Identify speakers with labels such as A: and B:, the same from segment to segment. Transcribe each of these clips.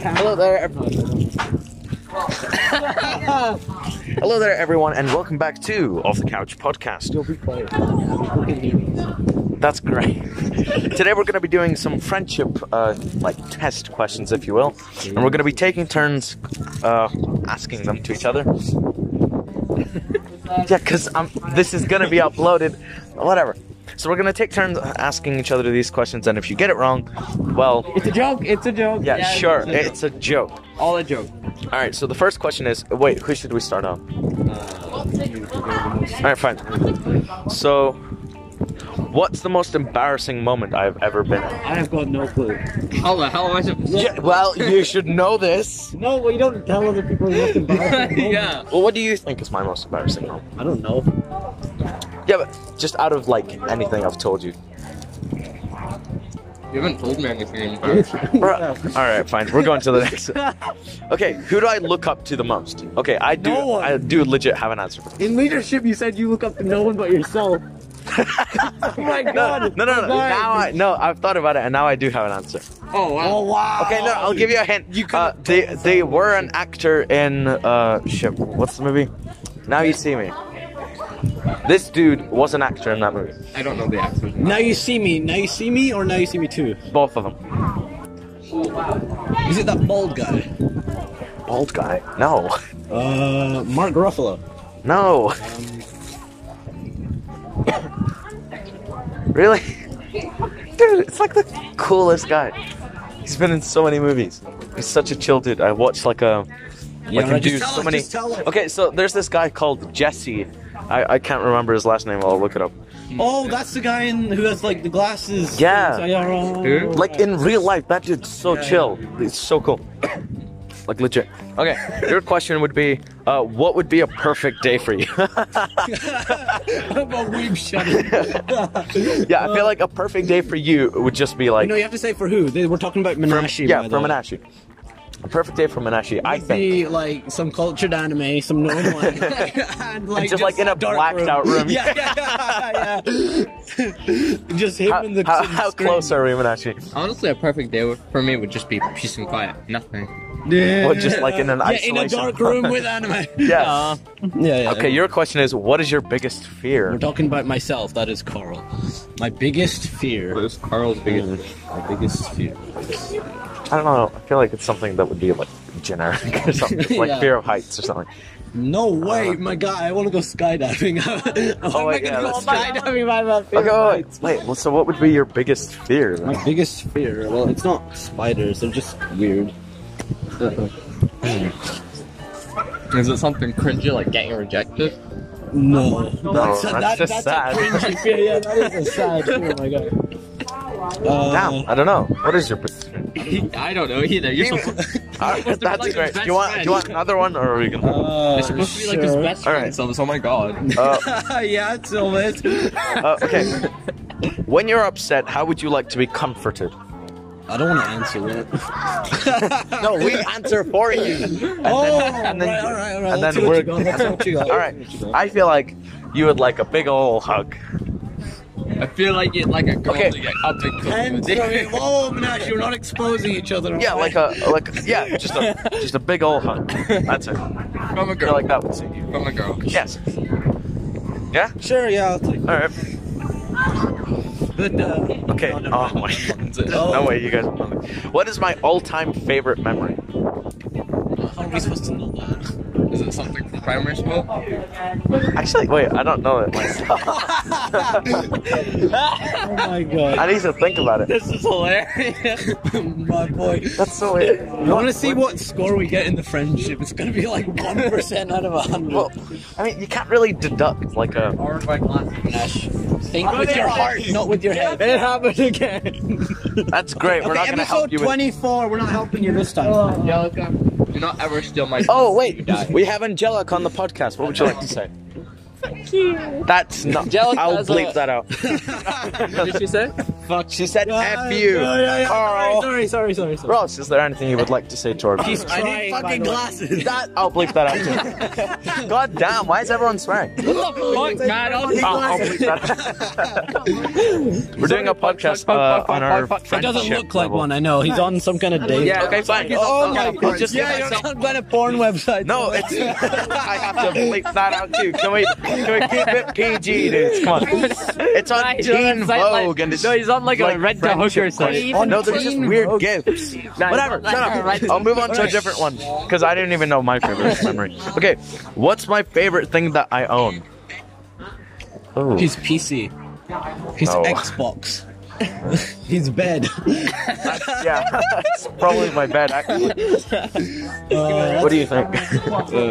A: Hello there. ev- Hello there, everyone, and welcome back to Off the Couch podcast.
B: You'll be quiet. People can hear me.
A: That's great. Today we're going to be doing some friendship, uh, like test questions, if you will, and we're going to be taking turns uh, asking them to each other. yeah, because this is going to be uploaded, whatever. So we're going to take turns asking each other these questions, and if you get it wrong, well,
B: It's a joke. It's a joke.
A: yeah, sure,
B: it's a
A: it's a joke.
B: All a joke.
A: All right. So the first question is, wait, who should we start on? All right, fine. So, what's the most embarrassing moment I've ever been? in?
B: I have got no clue.
C: How the hell am I supposed
A: Yeah, well, you should know this.
B: No, well, you don't tell other people what's embarrassing.
C: yeah.
A: Well, what do you think is my most embarrassing moment?
B: I don't know.
A: Yeah, but just out of like anything I've told you.
C: You haven't told me anything embarrassing.
A: All right, fine. We're going to the next. Okay, who do I look up to the most? Okay, I do.
B: No one.
A: I do legit have an answer. For
B: In leadership, you said you look up to no one but yourself. oh my god.
A: No, no, no.
B: I'm dying.
A: Now I no. I've thought about it, and now I do have an answer.
C: Oh
B: Oh
C: wow.
B: wow.
A: Okay, no, I'll give you a hint.
B: You could've
A: uh, they they were an actor in uh shit. What's the movie? Now you see me. This dude was an actor in that movie.
C: I don't know the accent.
D: Now you see me. Now you see me, or now you see me too.
A: Both of them.
D: Is it that bald guy?
A: Bald guy. No,
D: Uh, Mark Ruffalo.
A: no. really, dude. It's like the coolest guy. He's been in so many movies. He's such a chill dude. I watched like a like him
D: right, just
A: do
D: tell
A: so
D: us,
A: many.
D: just tell us.
A: Okay, so there's this guy called Jesse. I, I can't remember his last name. I'll look it up.
D: Oh, that's the guy in, who has like the glasses.
A: Yeah.
D: So, yeah, right.
C: Dude.
A: Like in real life, that dude's so
D: Yeah,
A: chill. It's so cool. like legit. Okay, your question would be, uh, what would be a perfect day for you?
D: I'm a weeb shutter.
A: yeah, I feel like a perfect day for you would just be like,
D: no, you have to say for who. They, we're talking about Menashe.
A: yeah,
D: by
A: for
D: the way.
A: Menashe. A perfect day for Menashe, I
D: It'd
A: think.
D: Be like some cultured anime, some normal anime, and like
A: just, like, in a
D: dark
A: blacked out room.
D: yeah, yeah, yeah. just him
A: How,
D: in the
A: how,
D: in the
A: how
D: screen.
A: close are we, Menashe?
C: Honestly, a perfect day for me would just be peace and quiet. Nothing.
D: Yeah.
A: Well, just like in an
D: yeah, in a
A: isolation.
D: dark room with anime. Uh,
A: Yes.
D: Yeah, yeah.
A: okay, your question is, what is your biggest fear?
D: We're talking about myself. That is Carl. My biggest fear.
C: Where's Carl's biggest?
D: My biggest fear.
A: I don't know. I feel like it's something that would be like generic or something, like
D: Yeah.
A: fear of heights or something.
D: No way, my guy. I want to go skydiving. oh,
A: wait, Uh. yeah,
D: go
A: that's
D: skydiving by my fear.
A: Okay, wait, wait, wait. Well, so what would be your biggest fear? Then?
D: My biggest fear. Well, it's not spiders. They're just weird.
C: Is it something cringy like getting rejected?
D: No, that's,
A: that's
D: that,
A: just
D: that's
A: sad.
D: a cringy fear. Yeah, that is a sad fear. My God. Uh,
A: Damn, I don't know. What is your biggest fear?
C: I don't know either. You're supposed,
A: Alright,
C: Supposed to be
A: that's
C: like
A: great.
C: his
A: Do you want
C: best
A: do you want another one or are we gonna?
D: Uh,
C: you're supposed to be like his
D: sure.
C: best
A: All
C: friend.
A: right.
C: So, so, oh my god.
A: Uh,
D: yeah, it's almost.
A: uh, okay. When you're upset, how would you like to be comforted?
D: I don't want to answer that.
A: No, we answer for you.
D: oh,
A: and then-
D: right, all right, all right.
A: and
D: Let's
A: then
D: see what you
A: we're-
D: got, let's see what you got.
A: All right. I feel like you would like a big ol' hug.
C: I feel like it like a girl
A: Okay.
C: to get up and cook.
D: And
C: with.
D: sorry, whoa, Minash, you're not exposing each other.
A: Yeah,
D: alright?
A: like a like a- yeah, just a just a big ol' hug. That's it. I
C: from a
A: feel
C: girl.
A: like that would suit you.
C: From a girl.
A: Yes. Yeah.
D: Sure, yeah, I'll take.
A: All right.
D: But uh,
A: Okay.
D: no, never
A: Oh
D: mind.
A: my. No
D: Oh.
A: way, you guys. What is my all-time favorite memory?
D: how are we supposed to know that?
C: Is it something from primary school?
A: Actually, wait, I don't know it myself.
D: Oh my god,
A: I need to think about it.
C: This is hilarious.
D: my boy.
A: That's so weird.
D: You want to see what score we get in the friendship? It's gonna be like one percent out of a hundred.
A: Well, I mean, you can't really deduct like a.
C: Hard my glasses.
D: Nash, think with your heart, not with your head.
B: It happened again.
A: That's great. We're not
D: okay,
A: gonna help
D: episode
A: you. With...
D: twenty-four. We're not helping you this time.
B: Oh,
C: Yeah, okay. Do not ever steal my.
A: Oh wait,
C: die.
A: we have Angelic on the podcast. What would you like to say? Thank you. That's not. Angelic I'll
C: has
A: bleep
C: a-
A: that out.
C: What did she say? fuck? She said F
B: Uh,
C: you.
B: no, no, no, Sorry,
A: Carl.
B: sorry, sorry, sorry. sorry.
A: Ross, is there anything you would like to say to our viewers?
D: I need
B: Trying, by
D: fucking
B: the way.
D: glasses.
A: That I'll bleep that out. too. God damn! Why is everyone swearing?
C: Fuck, man, I'll
A: I'll, I'll bleep that. out. We're doing a podcast uh, on our
D: It doesn't
A: friendship
D: look like
A: level.
D: one. I know he's on some kind of date.
A: Yeah. Okay. Fine.
D: Oh my
A: I'll
D: god.
A: just
D: yeah,
A: yeah,
D: you're on kind of porn website.
A: No, it's, I have to bleep that out too. Can we can we keep it PG, dudes? Come on. It's on
E: Right,
A: Teen
E: it's like- like-
A: Vogue and it's
E: no, he's on like,
A: like
E: a red to hooker
A: friendship
E: site.
A: questions. No, they're just weird gifts. Whatever.
E: not
A: Shut
E: like a
A: up.
E: red-
A: I'll move on to a different one because I didn't even know my favorite memory. Okay, what's my favorite thing that I own? Oh,
D: He's PC. He's
A: No.
D: Xbox. He's bed.
A: yeah, that's probably my bed. Actually, what do you think?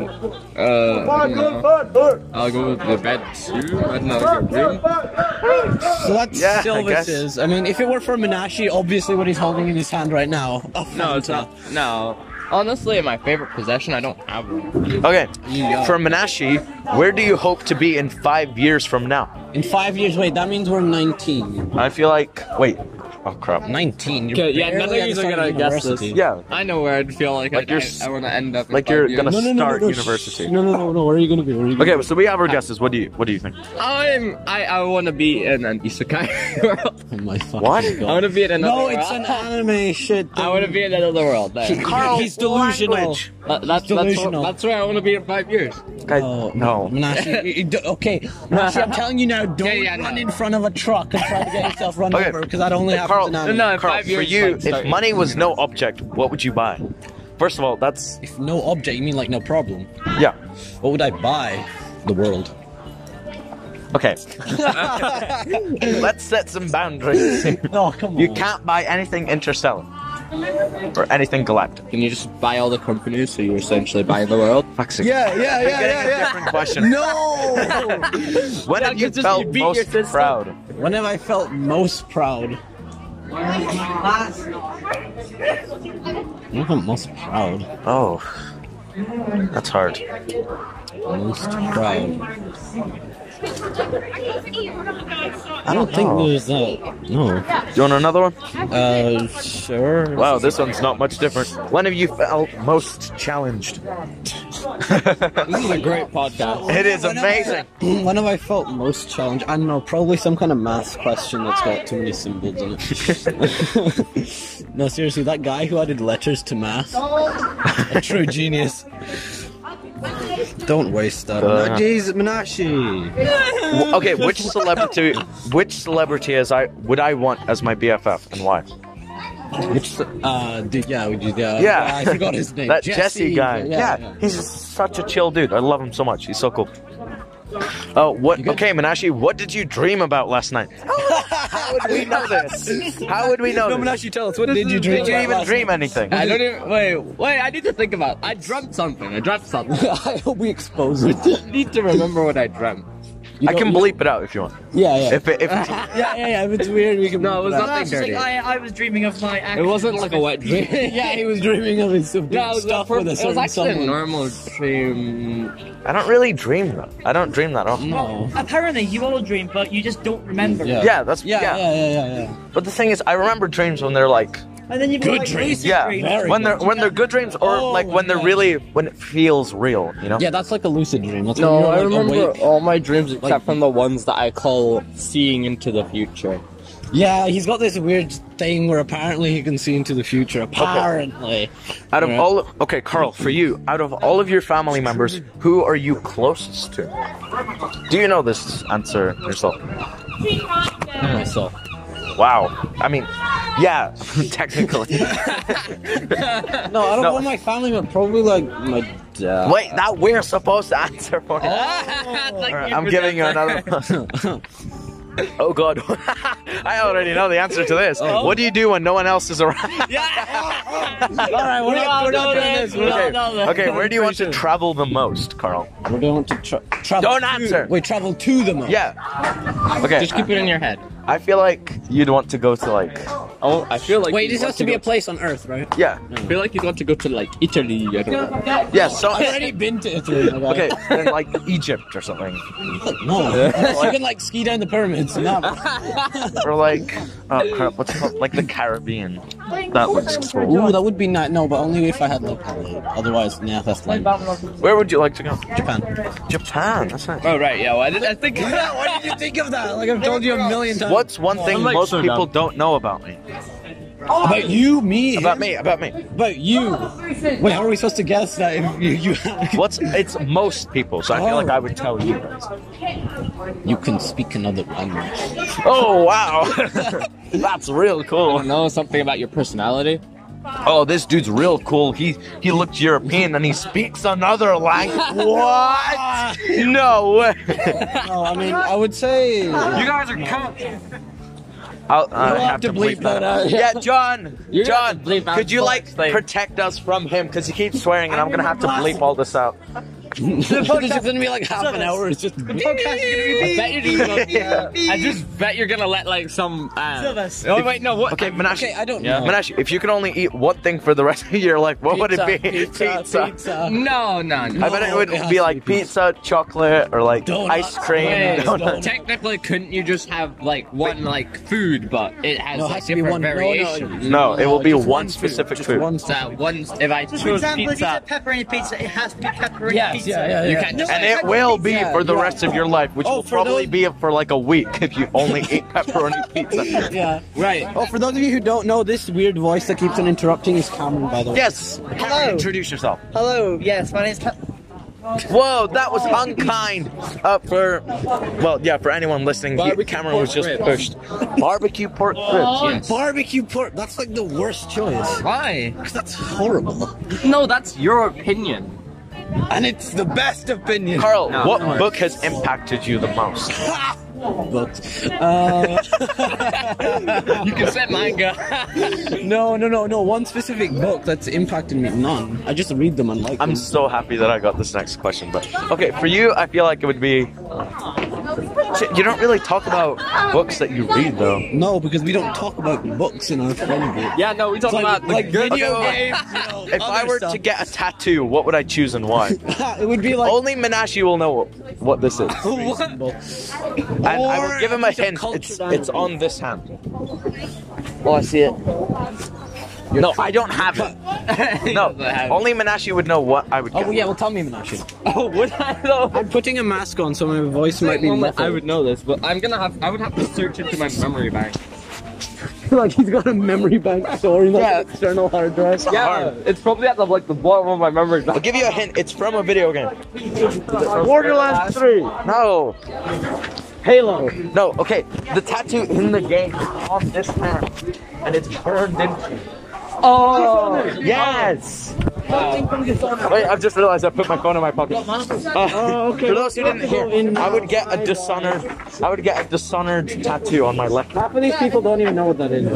C: Uh, I don't know. I'll go with the bed too. I don't know. Like a room.
D: So that's
A: Yeah, I guess.
D: Silvis is. I mean, if it were for Menashe, obviously what he's holding in his hand right now. Oh, a
C: No, it's
D: Fanta.
C: not. No. Honestly, my favorite possession, I don't have one.
A: Okay,
D: Yeah.
A: for Menashe, where do you hope to be in five years from now?
D: In five years, wait, that means we're 19.
A: I feel like wait. Oh crap.
D: 19?
E: Okay, yeah, none of yous are gonna guess this.
A: Yeah,
C: I know where I'd feel like,
A: Like
C: I,
A: you're
C: I,
A: s-
C: I want to end up. in
A: like
C: five
A: you're
C: years.
A: gonna
D: No, no, no,
A: start
D: no, no,
A: university.
D: shh. No, no, no, no. Where are you gonna be? Where are you gonna
A: Okay, so we have our guesses. What do you what do you think?
C: I'm. I, I want to be in an isekai world.
D: Be? Oh my fucking
A: What?
C: I want
D: God.
C: to be in another.
D: No,
C: world.
D: it's an anime shit.
C: I want to be in another world. There.
D: thing. he's delusional.
A: language.
C: That- that's, that's, where,
D: Delusional.
C: that's where I want to be in five years.
A: Guys,
D: Oh,
A: no.
D: Menashe, you- you do- okay, Menashe, I'm telling you now, don't
C: Yeah, yeah,
D: run
C: no.
D: in front of a truck and try to get yourself run
A: Okay.
D: over because that only happens
A: Carl,
D: in anime.
C: no, in
A: Carl,
C: five
A: for
C: years,
A: you,
C: like,
A: if
C: starting
A: money was no object, what would you buy? First of all, that's
D: If no object, you mean like no problem.
A: yeah.
D: What would I buy? The world.
A: Okay. Let's set some boundaries.
D: No, come on.
A: you can't buy anything interstellar. Or anything galactic.
C: Can you just buy all the companies so you're essentially buying the world?
A: Fuck's sake.
D: Yeah, yeah,
A: You're
D: yeah,
A: getting
D: yeah,
A: a
D: yeah.
A: different question.
D: No!
A: When
E: Yeah,
A: have you
E: 'cause just
A: felt
E: you beat your
A: most
E: sister.
A: proud?
D: when have I felt most proud? When have I felt most proud?
A: Oh. That's hard.
D: Most proud. I don't think
A: know.
D: there's a. No.
A: You want another one?
D: Uh, sure.
A: Wow, this one's not much different. When have you felt most challenged?
C: This is a great podcast.
A: It is
D: When have I-
A: amazing.
D: When have I felt most challenged? I don't know, probably some kind of math question that's got too many symbols in it. no, seriously, that guy who added letters to math, a true genius. Don't waste that.
A: Uh.
D: Jeez, Menashe.
A: Okay, which celebrity which celebrity is I would I want as my BFF and why?
D: Which, uh, dude, yeah, we did, yeah.
A: Yeah.
D: I forgot his name.
A: That Jesse guy. Yeah,
D: yeah.
A: he's such a chill dude. I love him so much. He's so cool. Oh, what? Okay, Menashe, what did you dream about last night? How would we know this? How would we know
D: No,
A: this?
D: Menashe, tell us, what did you dream
A: Did you
D: about
A: even
D: last
A: dream anything?
C: I don't even. Wait, wait. I need to think about. I dreamt something. I dreamt something.
D: night? I hope we expose it. You
C: I need to remember what I dreamt.
A: I
D: don't-
A: can bleep it out if you want.
D: Yeah, yeah.
A: If it, if it's-
D: yeah, yeah, yeah. If it's weird, we can.
C: No, it was
D: bleep
C: not-
D: out.
E: She's like, I, I was dreaming of my
C: It wasn't like a wet dream.
D: yeah, he was dreaming of his of
C: Yeah, it
D: doing
C: was,
D: stuff
C: a,
D: with a
C: it was
D: certain
C: actually a
D: someone.
C: normal dream.
A: I don't really dream though. I don't dream that often.
D: No.
E: Apparently, you all dream, but you just don't remember.
D: Yeah.
A: Yeah, that's
D: Yeah, yeah, yeah, yeah, yeah.
A: But the thing is, I remember dreams when they're like,
E: And then you've got
D: Good
E: like,
D: dream.
E: lucid
A: yeah,
E: dreams.
D: Very
A: when they're
D: good.
A: when they're good dreams, or
D: Oh,
A: like when they're
D: yeah.
A: really when it feels real, you know.
D: Yeah, that's like a lucid dream. That's
C: No,
D: when
C: I
D: you're, like,
C: remember
D: awake.
C: all my dreams except
D: Like-
C: from the ones that I call seeing into the future.
D: Yeah, he's got this weird thing where apparently he can see into the future. Apparently.
A: Out of
D: Yeah.
A: all, of, okay, Carl, for you, out of all of your family members, who are you closest to? Do you know this answer yourself?
D: Myself.
A: Wow. I mean, yeah, technically.
D: No, I don't
A: No.
D: know my family, but probably like my dad.
A: Wait, that we're supposed to answer for.
D: Oh.
A: it. Alright, I'm giving you another. oh God, I already know the answer to this.
D: Oh.
A: What do you do when no one else is around?
D: All right, we're not, we're not doing this. We're
A: okay.
D: not.
A: okay, where do you want to travel the most, Carl?
D: We're going to tra- travel.
A: Don't
D: to-
A: answer.
D: Wait, travel to the moon.
A: Yeah. Okay.
C: Just keep it in your head.
A: I feel like you'd want to go to like
C: Oh, I feel like.
D: Wait,
C: you'd
D: this
C: want
D: has to be
C: go-
D: a place on Earth, right?
A: yeah
C: I feel like you'd want to go to like Italy. I don't know.
A: yeah so
D: I've already been to Italy. my guy.
A: okay then like Egypt or something
D: No, I can like ski down the pyramids. No.
A: or like oh crap what's it called like the Caribbean that looks cool.
D: Ooh, that would be nice. No, but only if I had like money. Otherwise, nah, that's lame.
A: Where would you like to go?
D: Japan.
A: Japan. That's nice.
C: Oh right, yeah. Well, I, did, I think.
D: Why did you think of that? Like I've told you a million times.
A: What's one thing
C: like
A: most
C: so
A: people don't know about me?
D: About you, me,
A: About
D: about,
A: me? About me?
D: you. Wait, how are we supposed to guess that if you you,
A: What's it's most people? So I feel like I would tell you guys.
D: you can speak another language?
A: Oh wow, that's real cool.
C: know something about your personality.
A: Oh, this dude's real cool. He he looked European and he speaks another language. What? No way.
D: No, I mean I would say
A: You guys are cunts. I'll, I
D: You'll
A: have, to bleep, that, out. Yeah, John.
C: You're gonna
A: John,
C: have to bleep out
A: could you like
C: Fox, like-
A: protect us from him? Because he keeps swearing, and I'm gonna have to bleep all this out.
D: this is gonna be like half an hour. It's just
C: I bet you're just gonna, I just bet you're gonna let like some. Uh,
E: Silvers.
C: Oh wait, no. What?
A: Okay, Menashe.
D: okay. I don't
C: Yeah.
D: know.
A: Manash, if you could only eat one thing for the rest of your life, what would it be?
D: Pizza, pizza. pizza.
C: No, no, no.
A: I bet it would
D: it has
A: be
D: to
A: like pizza, chocolate, or like
D: Donuts.
A: ice cream.
C: Wait,
A: donuts.
C: Technically, couldn't you just have like one like food, but it has
D: No, it
C: like
D: has to be
C: different
D: one. no,
C: variations?
D: No,
A: No, it will be
D: just
A: one specific
D: Just
A: food.
D: one
C: So that
D: specific-
C: one, if I
E: So for
C: choose
E: example, if you
C: pizza,
E: said pepperoni pizza, it has to be pepperoni
D: Yes,
E: pizza.
D: yeah, yeah, yeah.
C: you can't just.
A: And it will be
D: pizza,
A: for the
D: yeah.
A: rest of your life, which
D: Oh,
A: will
D: for
A: probably
D: those-
A: be for like a week if you only eat pepperoni pizza.
D: Yeah.
C: Right.
D: Oh, for those of you who don't know, this weird voice that keeps on interrupting is Cameron, by the way.
A: Yes. Cameron,
E: Hello.
A: Introduce yourself.
E: Hello, yes, my name's. Pe-
A: Whoa, that was unkind. Uh, for well, yeah, for anyone listening, he,
C: Barbecue
A: Cameron
C: pork
A: was just
C: ribs.
A: pushed. Barbecue pork ribs.
C: Yes.
D: Barbecue pork. That's like the worst choice.
C: Why?
D: That's horrible.
C: No, that's your opinion.
D: And it's the best opinion.
A: Carl,
C: No,
A: what
C: no worries.
A: book has impacted you the most?
D: But, uh,
C: You can say manga.
D: no, no, no, no. One specific book that's impacted me. None. I just read them and like
A: I'm
D: them.
A: so happy that I got this next question, but okay, for you, I feel like it would be. Shit, You don't really talk about books that you read, though.
D: No, because we don't talk about books in our friend group.
C: yeah, no, we talk
D: Like-
C: about the
D: like
C: good
D: video
A: Okay,
C: games.
A: If I
D: Other
A: were to
D: stuff.
A: get a tattoo, what would I choose and why?
D: it would be like.
A: Only Menashe will know what, what this is.
D: reasonable.
A: And I
D: Or
A: will give him a
D: piece of
A: hint.
D: culture
A: It's,
D: that
A: it's
D: I
A: on this hand.
E: oh, I see it.
A: No, I don't have it. No, only Menashe would know what I would get.
D: Oh, yeah, well, tell me, Menashe.
C: Oh, would I though?
D: I'm putting a mask on so my voice might be muffled.
C: I would know this, but I'm gonna have. I would have to search into my memory bank.
D: like he's got a memory bank story, like yeah. external hard drive.
C: Yeah, it's probably at the like the bottom of my memory
A: I'll
C: bank.
A: give you a hint. It's from a video game.
B: Borderlands 3.
A: No,
B: Halo.
A: no, okay. The tattoo in the game is on this hand, and it's burned into.
C: Oh,
A: Yes. Wait, I've just realized I put my phone in my pocket. Uh,
D: Oh,
B: okay.
A: For those who didn't hear, I would get a dishonored. I would get a dishonored tattoo on my left.
B: Half of these people don't even know what that is.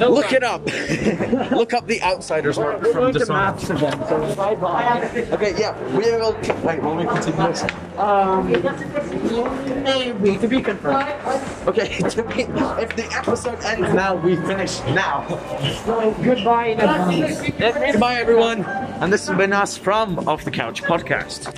A: Look it up. Look up the Outsiders mark from dishonored.
B: Maps of them. So if I buy
A: Okay, yeah, we will. Wait, will we continue this?
B: maybe Um, to be confirmed.
A: Okay, to be- if the episode ends now, we finish now.
B: So goodbye in advance.
A: Goodbye, everyone, and this has been us from Off the Couch podcast.